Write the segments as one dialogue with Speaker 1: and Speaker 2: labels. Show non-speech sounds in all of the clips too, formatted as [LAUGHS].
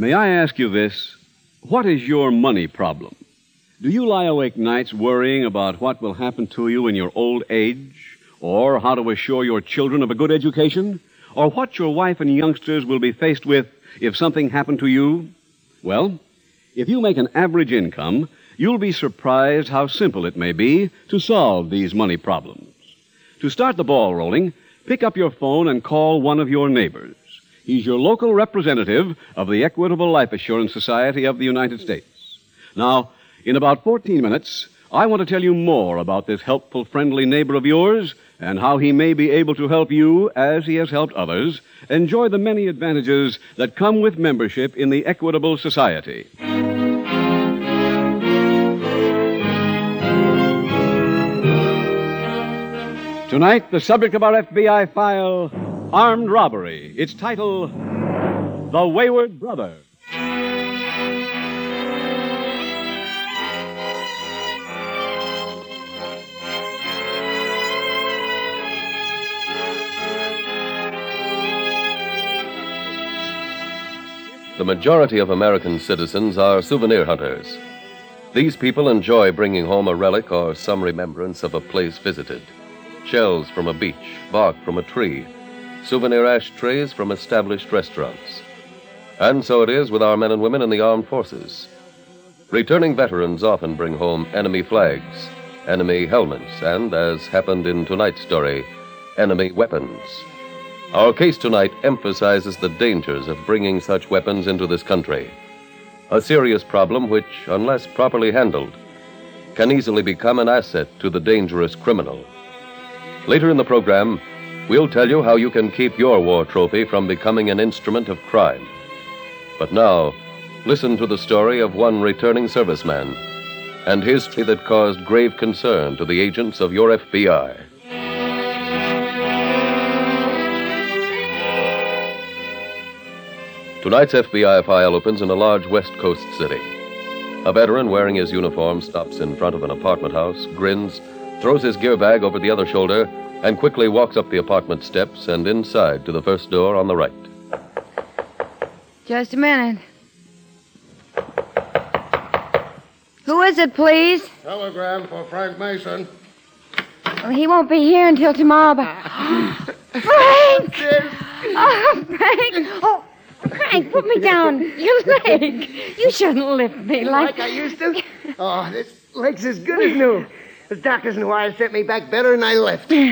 Speaker 1: May I ask you this? What is your money problem? Do you lie awake nights worrying about what will happen to you in your old age? Or how to assure your children of a good education? Or what your wife and youngsters will be faced with if something happened to you? Well, if you make an average income, you'll be surprised how simple it may be to solve these money problems. To start the ball rolling, pick up your phone and call one of your neighbors. He's your local representative of the Equitable Life Assurance Society of the United States. Now, in about 14 minutes, I want to tell you more about this helpful, friendly neighbor of yours and how he may be able to help you, as he has helped others, enjoy the many advantages that come with membership in the Equitable Society. Tonight, the subject of our FBI file Armed Robbery. Its title The Wayward Brother.
Speaker 2: The majority of American citizens are souvenir hunters. These people enjoy bringing home a relic or some remembrance of a place visited shells from a beach, bark from a tree, souvenir ashtrays from established restaurants. And so it is with our men and women in the armed forces. Returning veterans often bring home enemy flags, enemy helmets, and, as happened in tonight's story, enemy weapons. Our case tonight emphasizes the dangers of bringing such weapons into this country. A serious problem which, unless properly handled, can easily become an asset to the dangerous criminal. Later in the program, we'll tell you how you can keep your war trophy from becoming an instrument of crime. But now, listen to the story of one returning serviceman and his history that caused grave concern to the agents of your FBI. Tonight's FBI file opens in a large West Coast city. A veteran wearing his uniform stops in front of an apartment house, grins, throws his gear bag over the other shoulder, and quickly walks up the apartment steps and inside to the first door on the right.
Speaker 3: Just a minute. Who is it, please?
Speaker 4: Telegram for Frank Mason.
Speaker 3: Well, he won't be here until tomorrow, but. [GASPS] Frank! Oh, Frank! Oh, Frank, put me down.
Speaker 4: [LAUGHS]
Speaker 3: You leg. You shouldn't lift me like.
Speaker 4: Like I
Speaker 3: [LAUGHS]
Speaker 4: used to? Oh, this leg's as good as new. The doctors and wires sent me back better than
Speaker 3: [LAUGHS]
Speaker 4: I left.
Speaker 3: Oh,
Speaker 4: [LAUGHS]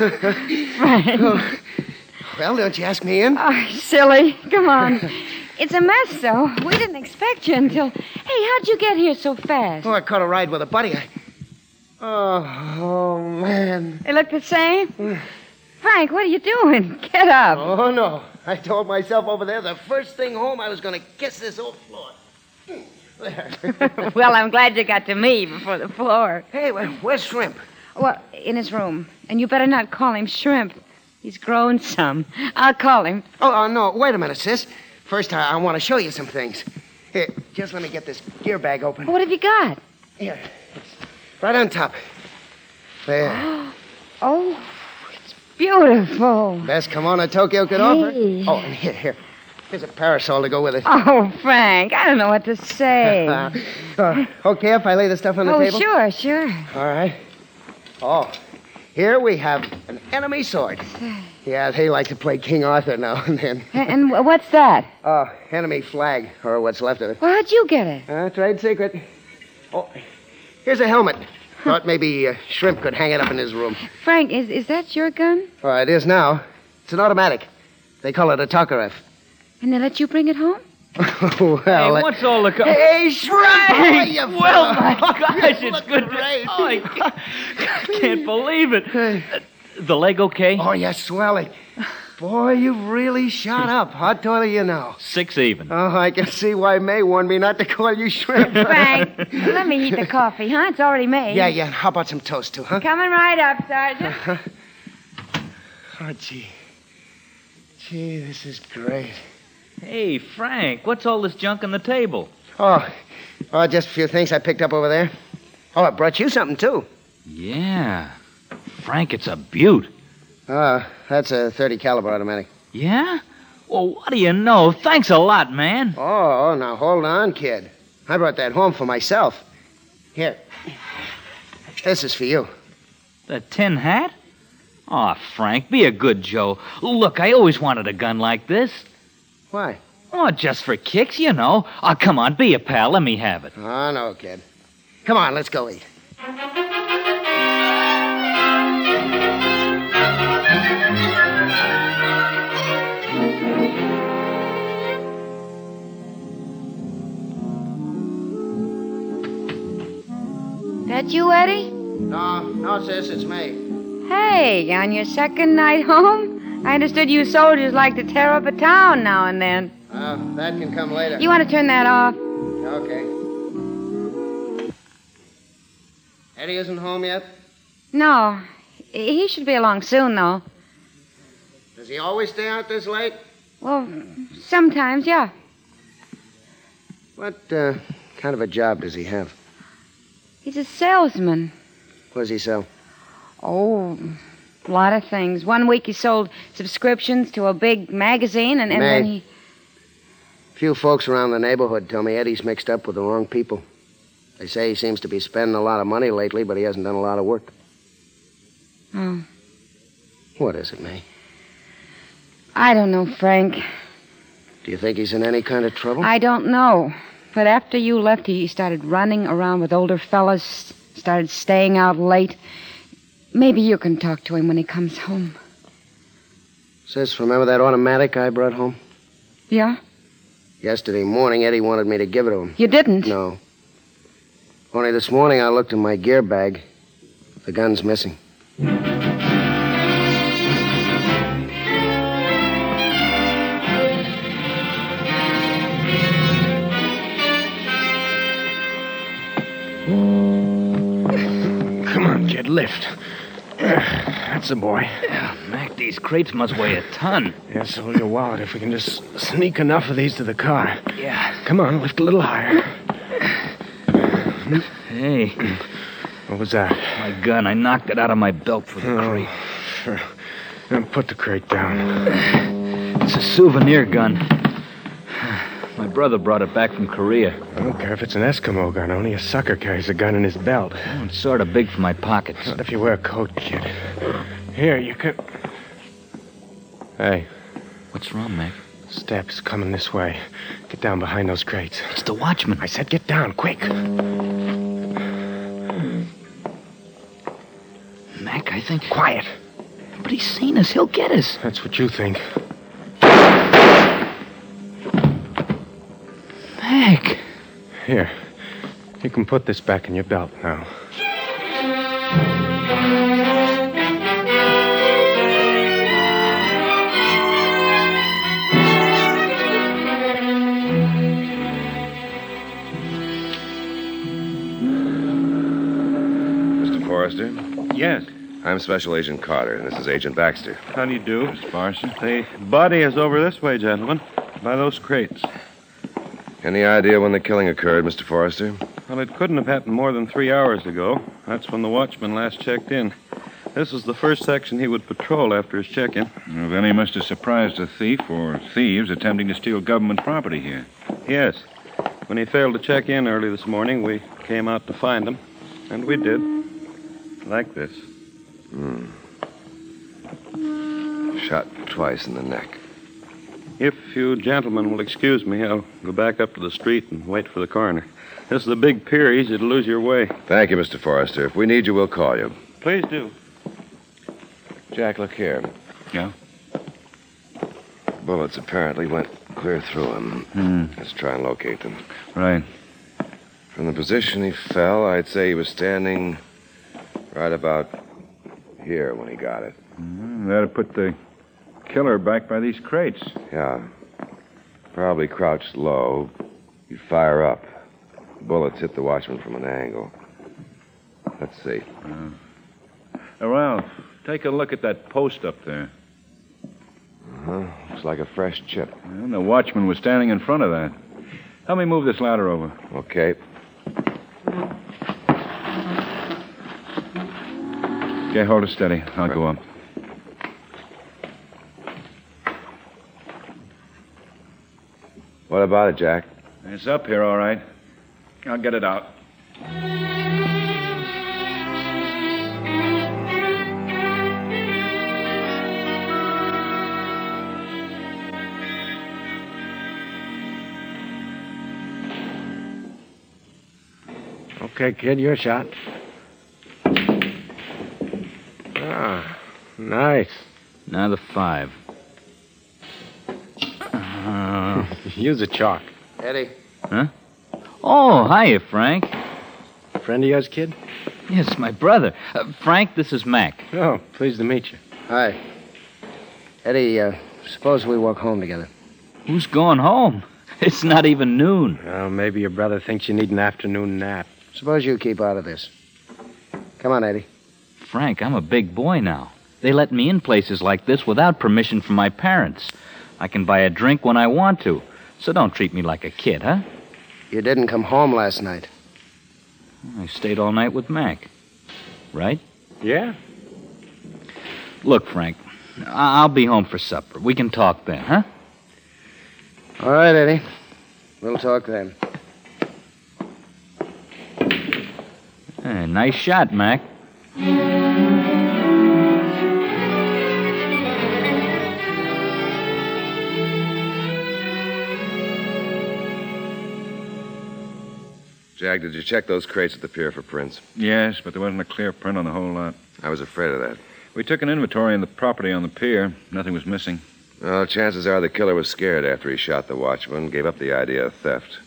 Speaker 4: Oh.
Speaker 3: Frank.
Speaker 4: Well, don't you ask me in?
Speaker 3: Oh, silly. Come
Speaker 4: [LAUGHS]
Speaker 3: on. It's a mess, though. We didn't expect you until. Hey, how'd you get here so fast?
Speaker 4: Oh, I caught a ride with a buddy. I... Oh, oh, man.
Speaker 3: They look the same? Frank, what are you doing? Get up.
Speaker 4: Oh, no. I told myself over there the first thing home I was going to kiss this old floor. Hmm. There.
Speaker 3: [LAUGHS] Well, I'm glad you got to me before the floor.
Speaker 4: hey, well, where's Shrimp?
Speaker 3: Well, in his room. And you better not call him Shrimp. He's grown some. I'll call him.
Speaker 4: Oh, oh, no. Wait a minute, sis. First, I, I want to show you some things. Here, just let me get this gear bag open.
Speaker 3: What have you got?
Speaker 4: Here. It's right on top. There.
Speaker 3: [GASPS] Oh, it's beautiful.
Speaker 4: Best kimono Tokyo could offer.
Speaker 3: Hey.
Speaker 4: Oh, and here, here. Here's a parasol to go with it.
Speaker 3: Oh, Frank, I don't know what to say.
Speaker 4: Uh, [LAUGHS] uh, okay, if I lay the stuff on the
Speaker 3: oh,
Speaker 4: table?
Speaker 3: sure, sure.
Speaker 4: All right. Oh, here we have an
Speaker 3: [SIGHS]
Speaker 4: enemy sword. Yeah, they like to play King Arthur now and then.
Speaker 3: A- And wh- what's that?
Speaker 4: Oh, enemy flag, or what's left of it.
Speaker 3: Well, how'd you get it?
Speaker 4: Uh, trade secret. Oh, here's a helmet. Thought maybe uh, Shrimp could hang it up in his room.
Speaker 3: Frank, is, is that your gun?
Speaker 4: Oh, it is now. It's an automatic. They call it a Tokarev.
Speaker 3: And they let you bring it home?
Speaker 4: [LAUGHS] well,
Speaker 5: Hey,
Speaker 4: it-
Speaker 5: what's all the... Co-
Speaker 4: Hey, Shrek! how are you,
Speaker 5: [LAUGHS]
Speaker 4: fella?
Speaker 5: well, my gosh,
Speaker 4: You
Speaker 5: it's
Speaker 4: look
Speaker 5: good. to-
Speaker 4: Great.
Speaker 5: Oh, I ca- I
Speaker 4: [LAUGHS]
Speaker 5: can't [LAUGHS] believe it. Uh, The leg okay?
Speaker 4: Oh, yes, swelling. Boy, you've really shot up. How tall do you know?
Speaker 5: Six even.
Speaker 4: Oh, I can see why May warned me not to call you shrimp.
Speaker 3: Frank, [LAUGHS] let me heat the coffee, huh? It's already made.
Speaker 4: yeah, yeah. How about some toast, too, huh?
Speaker 3: Coming right up, Sergeant.
Speaker 4: Oh, gee. Gee, this is great.
Speaker 5: Hey, Frank, what's all this junk on the table?
Speaker 4: Oh, oh just a few things I picked up over there. Oh, I brought you something, too.
Speaker 5: Yeah. Frank, it's a beaut.
Speaker 4: Ah, that's a 30 caliber automatic.
Speaker 5: Yeah? Well, what do you know? Thanks a lot, man.
Speaker 4: Oh, oh, now hold on, kid. I brought that home for myself. Here. This is for you.
Speaker 5: The tin hat? Aw, Frank, be a good Joe. Look, I always wanted a gun like this.
Speaker 4: Why?
Speaker 5: Oh, just for kicks, you know. Oh, come on, be a pal. Let me have it.
Speaker 4: Oh, no, kid. Come on, let's go eat.
Speaker 3: That you, Eddie?
Speaker 4: No, no, sis, it's me.
Speaker 3: Hey, on your second night home? I understood you soldiers like to tear up a town now and then.
Speaker 4: Uh, that can come later.
Speaker 3: You want to turn that off?
Speaker 4: Okay. Eddie isn't home yet?
Speaker 3: No. He should be along soon, though.
Speaker 4: Does he always stay out this late?
Speaker 3: Well, sometimes, yeah.
Speaker 4: What uh, kind of a job does he have?
Speaker 3: He's a salesman.
Speaker 4: What does he sell?
Speaker 3: Oh, a lot of things. One week he sold subscriptions to a big magazine, and, and then
Speaker 4: Mag-
Speaker 3: he.
Speaker 4: Few folks around the neighborhood tell me Eddie's mixed up with the wrong people. They say he seems to be spending a lot of money lately, but he hasn't done a lot of work.
Speaker 3: Oh,
Speaker 4: What is it, May?
Speaker 3: I don't know, Frank.
Speaker 4: Do you think he's in any kind of trouble?
Speaker 3: I don't know. But after you left, he started running around with older fellas, started staying out late. Maybe you can talk to him when he comes home.
Speaker 4: Sis, remember that automatic I brought home?
Speaker 3: Yeah?
Speaker 4: Yesterday morning, Eddie wanted me to give it to him.
Speaker 3: You didn't?
Speaker 4: No. Only this morning I looked in my gear bag. The gun's missing.
Speaker 6: Come on, kid, lift. That's the boy.
Speaker 5: Mac, these crates must weigh a ton.
Speaker 6: Yeah, so will your wallet if we can just sneak enough of these to the car.
Speaker 5: Yeah.
Speaker 6: Come on, lift a little higher.
Speaker 5: Hey,
Speaker 6: What was that?
Speaker 5: my gun. I knocked it out of my belt for
Speaker 4: Oh,
Speaker 5: the crate.
Speaker 6: Sure. Now put the crate down.
Speaker 5: It's a souvenir gun. My brother brought it back from Korea.
Speaker 6: I don't care if it's an Eskimo gun. Only a sucker carries a gun in his belt.
Speaker 5: Oh, It's sort of big for my pockets.
Speaker 6: Not if you wear a coat, kid. Here, you can. Hey,
Speaker 5: What's wrong, Mac?
Speaker 6: steps coming this way. Get down behind those crates.
Speaker 5: It's the watchman.
Speaker 6: I said get down, quick.
Speaker 5: Mac, I think.
Speaker 6: Quiet.
Speaker 5: But he's seen us. He'll get us.
Speaker 6: That's what you think.
Speaker 5: Mac.
Speaker 6: Here. You can put this back in your belt now.
Speaker 7: Mr. Forrester?
Speaker 8: Yes.
Speaker 7: I'm Special Agent Carter, and this is Agent Baxter.
Speaker 8: How do you do? Miss Barson. The body is over this way, gentlemen, by those crates.
Speaker 7: Any idea when the killing occurred, Mr. Forrester?
Speaker 8: Well, it couldn't have happened more than three hours ago. That's when the watchman last checked in. This is the first section he would patrol after his check in.
Speaker 9: Well, then he must have surprised a thief or thieves attempting to steal government property here.
Speaker 8: Yes. When he failed to check in early this morning, we came out to find him. And we did. Like this.
Speaker 7: Shot twice in the neck.
Speaker 8: If you gentlemen will excuse me, I'll go back up to the street and wait for the coroner. This is the big pier. Easy to lose your way.
Speaker 7: Thank you, Mr. Forrester. If we need you, we'll call you.
Speaker 8: Please do.
Speaker 7: Jack, look here.
Speaker 9: Yeah?
Speaker 7: Bullets apparently went Clear through him. Let's try and locate them.
Speaker 9: Hmm. Right.
Speaker 7: From the position he fell, I'd say he was standing right about here when he got it.
Speaker 9: Mm, That'll put the killer back by these crates.
Speaker 7: Yeah. Probably crouched low. You'd fire up. Bullets hit the watchman from an angle. Let's see.
Speaker 9: Uh, Ralph, take a look at that post up there.
Speaker 7: Huh? Uh-huh. Looks like a fresh chip.
Speaker 9: And the watchman was standing in front of that. Help me move this ladder over.
Speaker 7: Okay.
Speaker 9: Okay, hold it steady. I'll go up.
Speaker 7: What about it, Jack?
Speaker 9: It's up here, all right. I'll get it out.
Speaker 10: Okay, kid, you're shot.
Speaker 5: Ah, nice. Another five. Uh,
Speaker 10: [LAUGHS] Use a chalk.
Speaker 4: Eddie.
Speaker 5: oh, hiya, Frank.
Speaker 10: Friend of yours, kid?
Speaker 5: Yes, my brother. Uh, Frank, this is Mac.
Speaker 10: Oh, pleased to meet you.
Speaker 4: Hi. Eddie, uh, suppose we walk home together.
Speaker 5: Who's going home? [LAUGHS] It's not even noon.
Speaker 10: Well, maybe your brother thinks you need an afternoon nap.
Speaker 4: Suppose you keep out of this. Come on, Eddie.
Speaker 5: Frank, I'm a big boy now. They let me in places like this without permission from my parents. I can buy a drink when I want to. So don't treat me like a kid, huh?
Speaker 4: You didn't come home last night.
Speaker 5: I stayed all night with Mac. Right?
Speaker 10: Yeah?
Speaker 5: Look, Frank, I- I'll be home for supper. We can talk then, huh?
Speaker 4: All right, Eddie. We'll talk then.
Speaker 5: Eh, nice shot, Mac.
Speaker 7: Jack, did you check those crates at the pier for prints?
Speaker 9: Yes, but there wasn't a clear print on the whole lot.
Speaker 7: I was afraid of that.
Speaker 9: We took an inventory on the property on the pier. Nothing was missing.
Speaker 7: Well, chances are the killer was scared after he shot the watchman, gave up the idea of theft.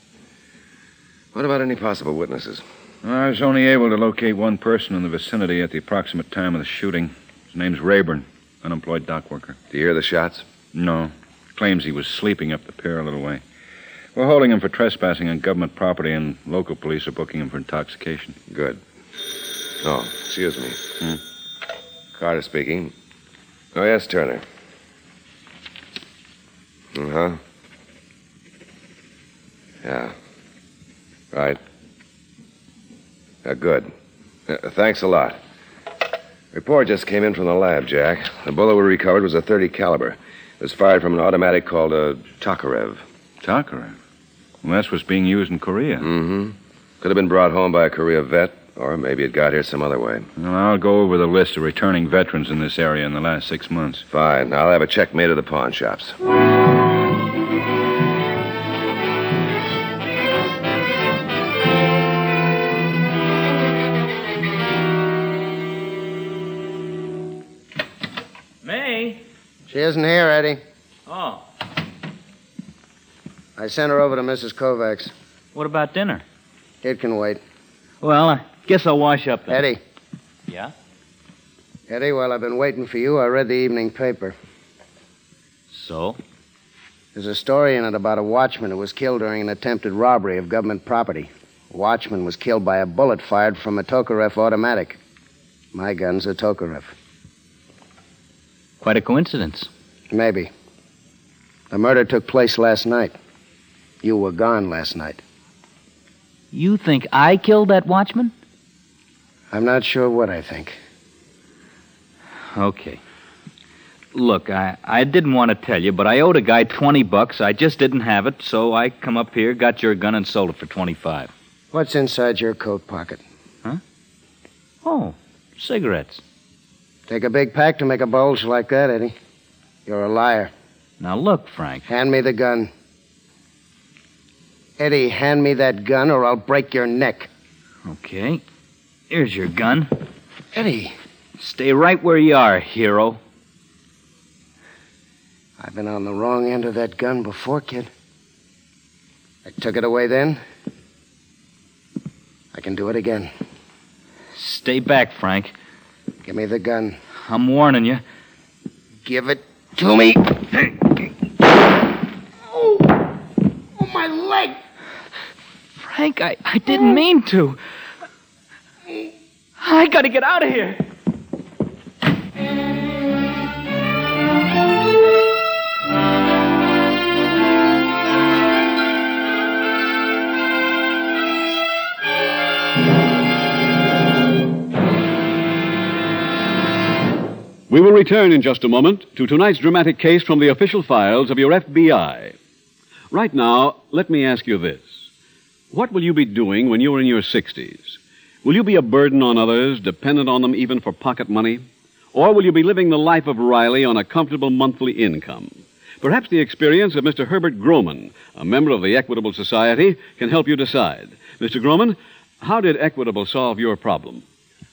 Speaker 7: What about any possible witnesses?
Speaker 9: I was only able to locate one person in the vicinity at the approximate time of the shooting. His name's Rayburn, unemployed dock worker.
Speaker 7: Do you hear the shots?
Speaker 9: No. Claims he was sleeping up the pier a little way. We're holding him for trespassing on government property, and local police are booking him for intoxication. Hmm?
Speaker 7: Good. Oh, excuse me. Carter speaking. Oh, yes, Turner. Uh huh. Yeah. Right. Uh, good. Uh, thanks a lot. Report just came in from the lab, Jack. The bullet we recovered was a 30 caliber. It was fired from an automatic called uh, a Tokarev.
Speaker 9: Takarev. Well, that's what's being used in Korea.
Speaker 7: Mm-hmm. Could have been brought home by a Korea vet, or maybe it got here some other way.
Speaker 9: Well, I'll go over the list of returning veterans in this area in the last six months.
Speaker 7: Fine. I'll have a check made at the pawn shops.
Speaker 5: May?
Speaker 4: She isn't here, Eddie.
Speaker 5: Oh,
Speaker 4: I sent her over to Mrs. Kovacs.
Speaker 5: what about dinner?
Speaker 4: It can wait.
Speaker 5: Well, I guess I'll wash up then.
Speaker 4: Eddie.
Speaker 5: Yeah?
Speaker 4: Eddie, while I've been waiting for you, I read the evening paper.
Speaker 5: So?
Speaker 4: There's a story in it about a watchman who was killed during an attempted robbery of government property. The watchman was killed by a bullet fired from a Tokarev automatic. My gun's a Tokarev.
Speaker 5: Quite a coincidence.
Speaker 4: Maybe. The murder took place last night. You were gone last night.
Speaker 5: You think I killed that watchman?
Speaker 4: I'm not sure what I think.
Speaker 5: Okay. Look, I, I didn't want to tell you, but I owed a guy 20 bucks. I just didn't have it, so I come up here, got your gun, and sold it for 25.
Speaker 4: What's inside your coat pocket?
Speaker 5: Oh, cigarettes.
Speaker 4: Take a big pack to make a bulge like that, Eddie. You're a liar.
Speaker 5: Now, look, Frank.
Speaker 4: Hand me the gun. Eddie, hand me that gun or I'll break your neck.
Speaker 5: Okay. Here's your gun.
Speaker 4: Eddie.
Speaker 5: Stay right where you are, hero.
Speaker 4: I've been on the wrong end of that gun before, kid. I took it away then. I can do it again.
Speaker 5: Stay back, Frank.
Speaker 4: Give me the gun.
Speaker 5: I'm warning you.
Speaker 4: Give it to me.
Speaker 11: Oh, my leg.
Speaker 5: Frank, I, I didn't mean to. I gotta get out of here.
Speaker 1: We will return in just a moment to tonight's dramatic case from the official files of your FBI. Right now, let me ask you this. What will you be doing when you're in your 60s? Will you be a burden on others, dependent on them even for pocket money? Or will you be living the life of Riley on a comfortable monthly income? Perhaps the experience of Mr. Herbert Groman, a member of the Equitable Society, can help you decide. Mr. Groman, how did Equitable solve your problem?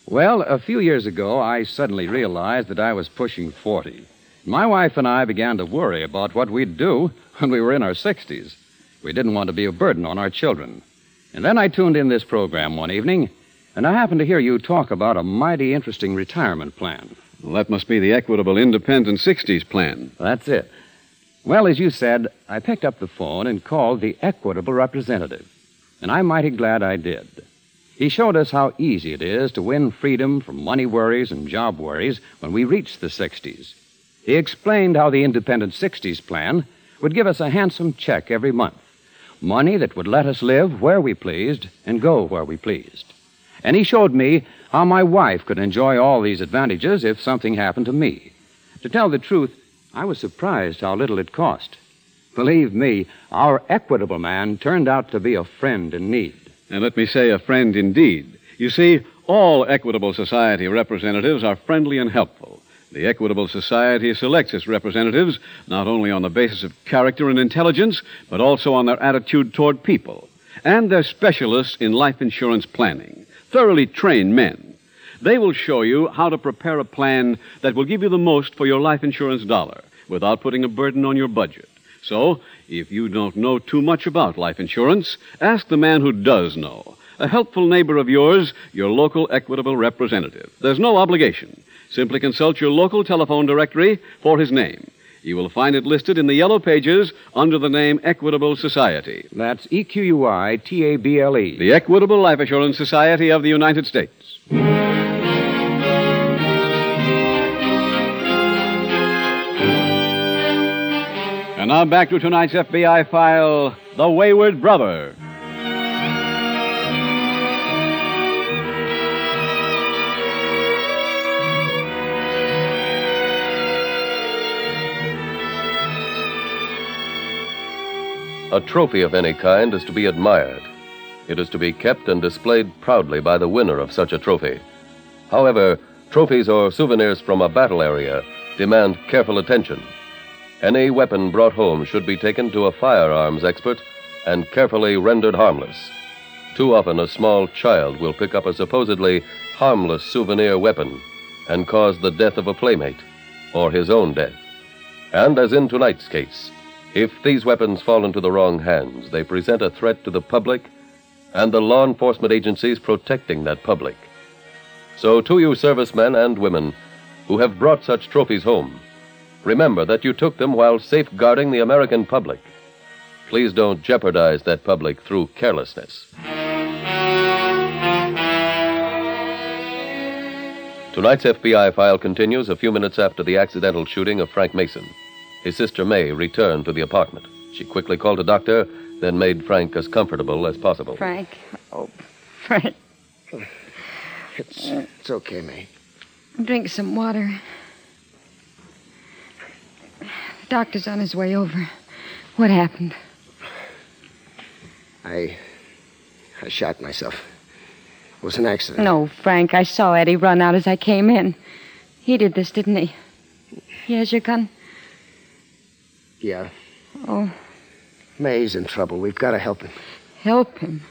Speaker 12: Well, a few years ago, I suddenly realized that I was pushing 40. My wife and I began to worry about what we'd do when we were in our 60s. We didn't want to be a burden on our children. And then I tuned in this program one evening, and I happened to hear you talk about a mighty interesting retirement plan.
Speaker 1: Well, that must be the Equitable Independent 60s plan.
Speaker 12: That's it. Well, as you said, I picked up the phone and called the Equitable representative, and I'm mighty glad I did. He showed us how easy it is to win freedom from money worries and job worries when we reach the 60s. He explained how the Independent 60s plan would give us a handsome check every month, money that would let us live where we pleased and go where we pleased. And he showed me how my wife could enjoy all these advantages if something happened to me. To tell the truth, I was surprised how little it cost. Believe me, our equitable man turned out to be a friend in need.
Speaker 1: And let me say, a friend indeed. You see, all Equitable Society representatives are friendly and helpful. The Equitable Society selects its representatives not only on the basis of character and intelligence, but also on their attitude toward people. And they're specialists in life insurance planning, thoroughly trained men. They will show you how to prepare a plan that will give you the most for your life insurance dollar without putting a burden on your budget. So, if you don't know too much about life insurance, ask the man who does know. A helpful neighbor of yours, your local Equitable representative. There's no obligation. Simply consult your local telephone directory for his name. You will find it listed in the yellow pages under the name Equitable Society.
Speaker 12: That's E Q U I T A B L E.
Speaker 1: The Equitable Life Assurance Society of the United States. And now back to tonight's FBI file The Wayward Brother.
Speaker 2: A trophy of any kind is to be admired. It is to be kept and displayed proudly by the winner of such a trophy. However, trophies or souvenirs from a battle area demand careful attention. Any weapon brought home should be taken to a firearms expert and carefully rendered harmless. Too often, a small child will pick up a supposedly harmless souvenir weapon and cause the death of a playmate or his own death. And as in tonight's case, if these weapons fall into the wrong hands, they present a threat to the public and the law enforcement agencies protecting that public. So, to you servicemen and women who have brought such trophies home, remember that you took them while safeguarding the American public. Please don't jeopardize that public through carelessness. Tonight's FBI file continues a few minutes after the accidental shooting of Frank Mason. His sister May returned to the apartment. She quickly called a doctor, then made Frank as comfortable as possible.
Speaker 3: Frank. Oh, Frank.
Speaker 4: It's, it's okay, May.
Speaker 3: Drink some water. Doctor's on his way over. What happened?
Speaker 4: I. I shot myself. It was an accident.
Speaker 3: No, Frank, I saw Eddie run out as I came in. He did this, didn't he? He has your gun?
Speaker 4: Yeah.
Speaker 3: Oh,
Speaker 4: May's in trouble. We've got to help him.
Speaker 3: help him.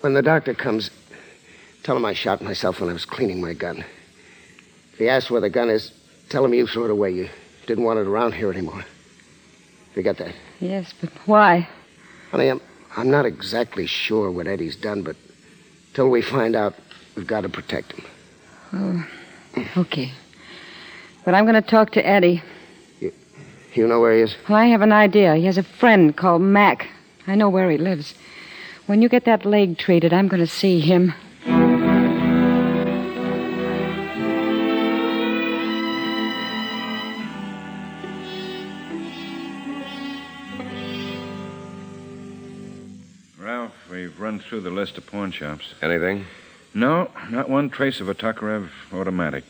Speaker 4: When the doctor comes, tell him I shot myself when I was cleaning my gun. If he asks where the gun is, tell him you threw it away. You didn't want it around here anymore. You got that?
Speaker 3: Yes, but why?
Speaker 4: Honey, I'm, I'm not exactly sure what Eddie's done, but till we find out, we've got to protect him.
Speaker 3: Oh, okay. But I'm going to talk to Eddie.
Speaker 4: You know where he is?
Speaker 3: Well, I have an idea. He has a friend called Mac. I know where he lives. When you get that leg treated, I'm going to see him.
Speaker 9: Ralph, we've run through the list of pawn shops.
Speaker 7: Anything?
Speaker 9: No, not one trace of a Tokarev automatic.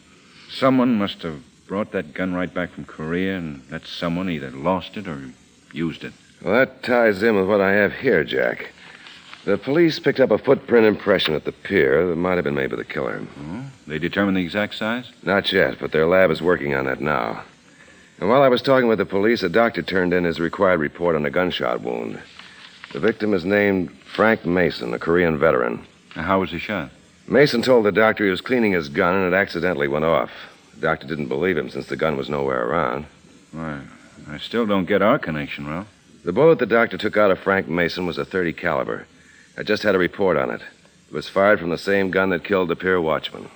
Speaker 9: Someone must have brought that gun right back from Korea, and that someone either lost it or used it.
Speaker 7: Well, that ties in with what I have here, Jack. The police picked up a footprint impression at the pier that might have been made by the killer.
Speaker 9: They determined the exact size?
Speaker 7: Not yet, but their lab is working on that now. And while I was talking with the police, a doctor turned in his required report on a gunshot wound. The victim is named Frank Mason, a Korean veteran.
Speaker 9: how was he shot?
Speaker 7: Mason told the doctor he was cleaning his gun and it accidentally went off. The doctor didn't believe him since the gun was nowhere around.
Speaker 9: Why, I still don't get our connection, Ralph.
Speaker 7: The bullet the doctor took out of Frank Mason was a 30 caliber. I just had a report on it. It was fired from the same gun that killed the pier watchman.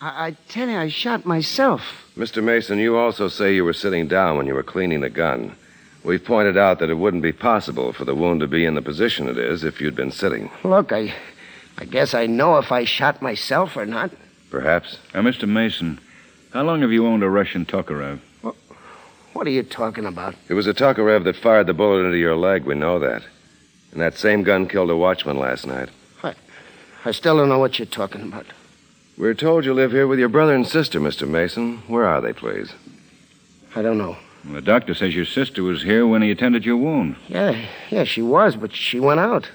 Speaker 4: I, I tell you, I shot myself.
Speaker 7: Mr. Mason, you also say you were sitting down when you were cleaning the gun. We've pointed out that it wouldn't be possible for the wound to be in the position it is if you'd been sitting.
Speaker 4: Look, I, I guess I know if I shot myself or not.
Speaker 7: Perhaps.
Speaker 9: Uh, Mr. Mason, how long have you owned a Russian Tokarev?
Speaker 4: What are you talking about?
Speaker 7: It was a Tokarev that fired the bullet into your leg, we know that. And that same gun killed a watchman last night.
Speaker 4: I still don't know what you're talking about.
Speaker 7: We're told you live here with your brother and sister, Mr. Mason. Where are they, please?
Speaker 4: I don't know.
Speaker 9: The doctor says your sister was here when he attended your wound.
Speaker 4: Yeah, yeah, she was, but she went out.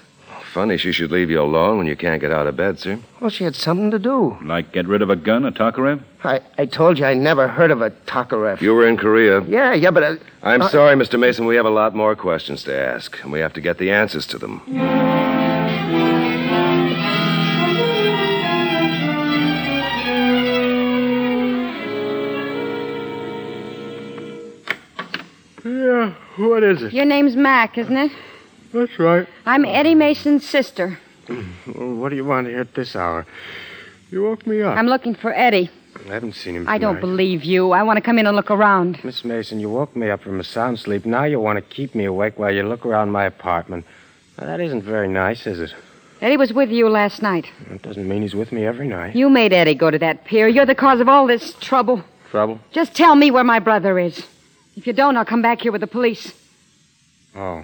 Speaker 7: Funny she should leave you alone when you can't get out of bed, sir.
Speaker 4: Well, she had something to do.
Speaker 9: Like get rid of a gun, a Tokarev?
Speaker 4: I, I told you I never heard of a Tokarev.
Speaker 7: You were in Korea.
Speaker 4: Yeah, yeah, but. I,
Speaker 7: I'm
Speaker 4: Uh,
Speaker 7: sorry, Mr. Mason. We have a lot more questions to ask, and we have to get the answers to them.
Speaker 10: Yeah, what is it?
Speaker 3: Your name's Mac, isn't it?
Speaker 10: That's right.
Speaker 3: I'm Eddie Mason's sister.
Speaker 10: Well, what do you want here at this hour? You woke me up.
Speaker 3: I'm looking for Eddie.
Speaker 10: I haven't seen him.
Speaker 3: I don't
Speaker 10: tonight.
Speaker 3: believe you. I want to come in and look around.
Speaker 10: Miss Mason, you woke me up from a sound sleep. Now you want to keep me awake while you look around my apartment. Now, that isn't very nice, is it?
Speaker 3: Eddie was with you last night.
Speaker 10: It doesn't mean he's with me every night.
Speaker 3: You made Eddie go to that pier. You're the cause of all this trouble.
Speaker 10: Trouble?
Speaker 3: Just tell me where my brother is. If you don't, I'll come back here with the police.
Speaker 10: Oh.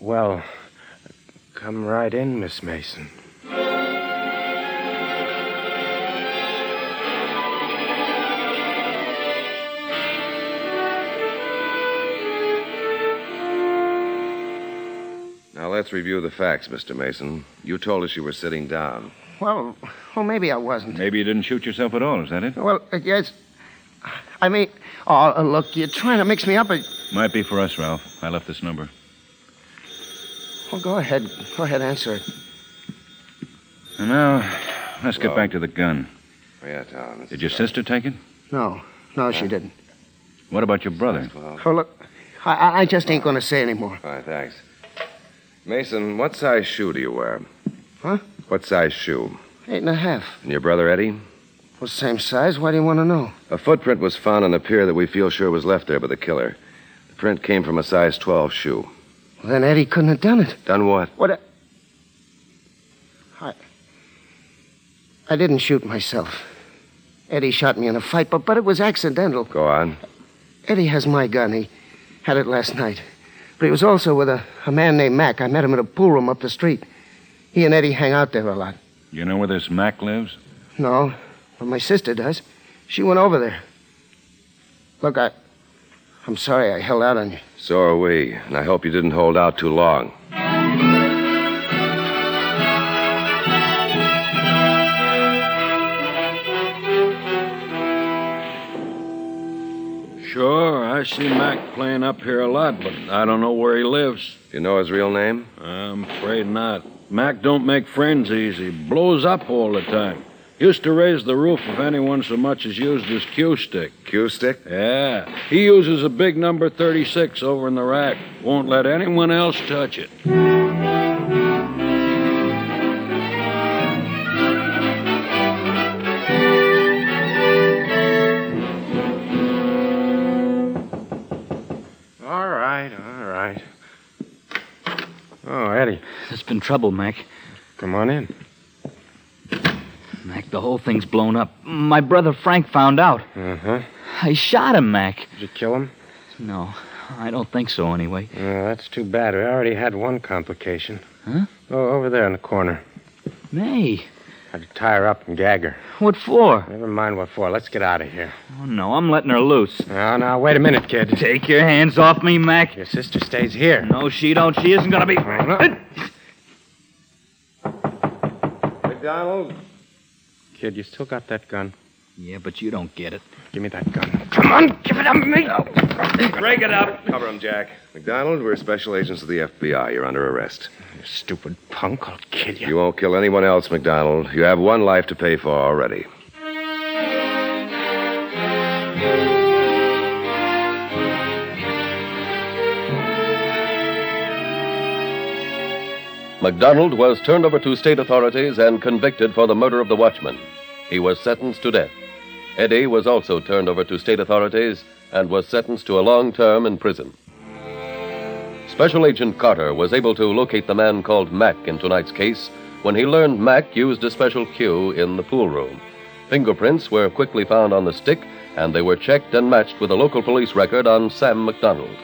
Speaker 10: Well, come right in, Miss Mason.
Speaker 7: Now, let's review the facts, Mr. Mason. You told us you were sitting down.
Speaker 4: Well, well, maybe I wasn't.
Speaker 9: Maybe you didn't shoot yourself at all, is that it?
Speaker 4: Well, I guess. I mean, oh, uh, look, you're trying to mix me up. I-
Speaker 9: Might be for us, Ralph. I left this number.
Speaker 4: Well, go ahead. Go ahead, answer it.
Speaker 9: And now, let's get
Speaker 7: Well- Oh,
Speaker 9: back to the gun.
Speaker 7: Yeah, Tom.
Speaker 9: Did your sister take it?
Speaker 4: No, no, she didn't.
Speaker 9: What about your brother?
Speaker 4: Oh, look, I- I, I just ain't going to say anymore.
Speaker 7: All right, thanks. Mason, what size shoe do you wear?
Speaker 4: Huh?
Speaker 7: What size shoe?
Speaker 4: Eight and a half.
Speaker 7: And your brother Eddie?
Speaker 4: Well, same size. Why do you want to know?
Speaker 7: A footprint was found on the pier that we feel sure was left there by the killer. The print came from a size 12 shoe.
Speaker 4: Well, then Eddie couldn't have done it.
Speaker 7: Done what?
Speaker 4: What? A... I. I didn't shoot myself. Eddie shot me in a fight, but but it was accidental.
Speaker 7: Go on.
Speaker 4: Eddie has my gun. He had it last night. But he was also with a, a man named Mac. I met him at a pool room up the street. He and Eddie hang out there a lot.
Speaker 9: You know where this Mac lives?
Speaker 4: No, but my sister does. She went over there. Look, I. I'm sorry I held out on you.
Speaker 7: So are we, and I hope you didn't hold out too long.
Speaker 9: Sure, I see Mac playing up here a lot, but I don't know where he lives.
Speaker 7: You know his real name?
Speaker 9: I'm afraid not. Mac don't make friends easy. Blows up all the time. Used to raise the roof if anyone so much as used his cue stick.
Speaker 7: Q stick?
Speaker 9: Yeah. He uses a big number 36 over in the rack. Won't let anyone else touch it.
Speaker 10: All right, all right.
Speaker 5: Oh, Eddie. There's been trouble, Mac.
Speaker 10: Come on in.
Speaker 5: Mac, the whole thing's blown up. My brother Frank found out.
Speaker 10: Uh huh.
Speaker 5: I shot him, Mac. Did
Speaker 10: you kill him?
Speaker 5: No, I don't think so, anyway.
Speaker 10: Uh, that's too bad. We already had one complication.
Speaker 5: Huh?
Speaker 10: Oh, over there in the corner.
Speaker 5: May.
Speaker 10: Had to tie her up and gag her.
Speaker 5: What for?
Speaker 10: Never mind what for. Let's get out of here.
Speaker 5: Oh, no, I'm letting her loose.
Speaker 10: Now, now, wait a minute, kid.
Speaker 5: Take your hands off me, Mac.
Speaker 10: Your sister stays here.
Speaker 5: No, she don't. She isn't going to be.
Speaker 10: McDonald? Kid, you still got that gun?
Speaker 5: Yeah, but you don't get it.
Speaker 10: Give me that gun.
Speaker 11: Come on, give it up me.
Speaker 7: Break it up. Cover him, Jack. McDonald, we're special agents of the FBI. You're under arrest.
Speaker 10: You stupid punk. I'll kill you.
Speaker 7: You won't kill anyone else, McDonald. You have one life to pay for already.
Speaker 2: MacDonald was turned over to state authorities and convicted for the murder of the watchman. He was sentenced to death. Eddie was also turned over to state authorities and was sentenced to a long term in prison. Special Agent Carter was able to locate the man called Mac in tonight's case when he learned Mac used a special cue in the pool room. Fingerprints were quickly found on the stick, and they were checked and matched with a local police record on Sam McDonald.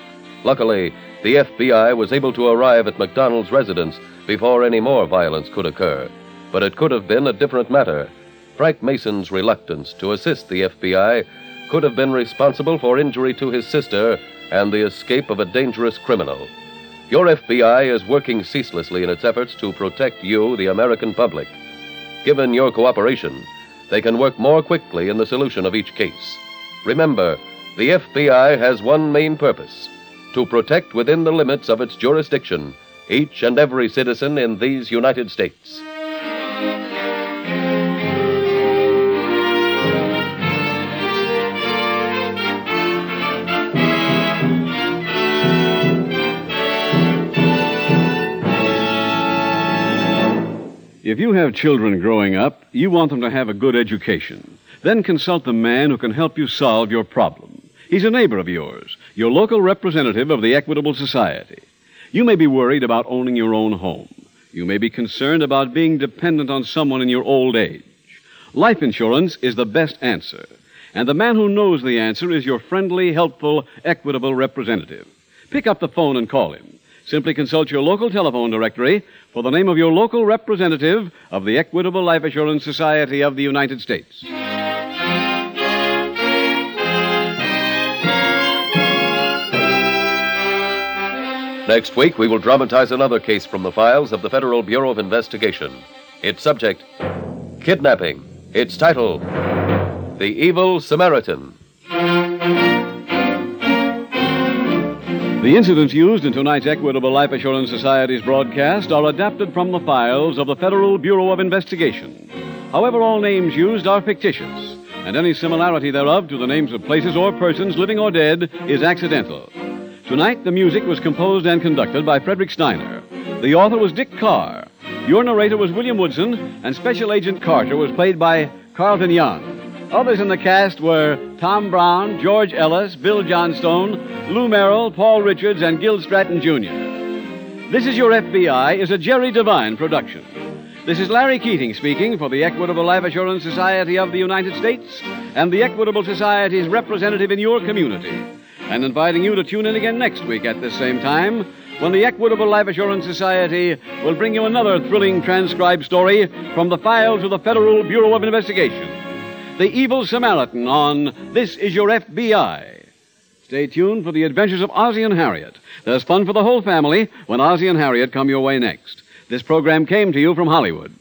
Speaker 2: Luckily, the FBI was able to arrive at McDonald's residence before any more violence could occur. But it could have been a different matter. Frank Mason's reluctance to assist the FBI could have been responsible for injury to his sister and the escape of a dangerous criminal. Your FBI is working ceaselessly in its efforts to protect you, the American public. Given your cooperation, they can work more quickly in the solution of each case. Remember, the FBI has one main purpose to protect within the limits of its jurisdiction each and every citizen in these United States.
Speaker 1: If you have children growing up, you want them to have a good education. Then consult the man who can help you solve your problem. He's a neighbor of yours, your local representative of the Equitable Society. You may be worried about owning your own home. You may be concerned about being dependent on someone in your old age. Life insurance is the best answer. And the man who knows the answer is your friendly, helpful, equitable representative. Pick up the phone and call him. Simply consult your local telephone directory for the name of your local representative of the Equitable Life Assurance Society of the United States.
Speaker 2: Next week, we will dramatize another case from the files of the Federal Bureau of Investigation. Its subject, kidnapping. Its title, The Evil Samaritan.
Speaker 1: The incidents used in tonight's Equitable Life Assurance Society's broadcast are adapted from the files of the Federal Bureau of Investigation. However, all names used are fictitious, and any similarity thereof to the names of places or persons, living or dead, is accidental. Tonight, the music was composed and conducted by Frederick Steiner. The author was Dick Carr. Your narrator was William Woodson, and Special Agent Carter was played by Carlton Young. Others in the cast were Tom Brown, George Ellis, Bill Johnstone, Lou Merrill, Paul Richards, and Gil Stratton Jr. This is Your FBI is a Jerry Devine production. This is Larry Keating speaking for the Equitable Life Assurance Society of the United States and the Equitable Society's representative in your community, and inviting you to tune in again next week at this same time when the Equitable Life Assurance Society will bring you another thrilling transcribed story from the files of the Federal Bureau of Investigation The Evil Samaritan on This Is Your FBI. Stay tuned for the adventures of Ozzie and Harriet. There's fun for the whole family when Ozzie and Harriet come your way next. This program came to you from Hollywood.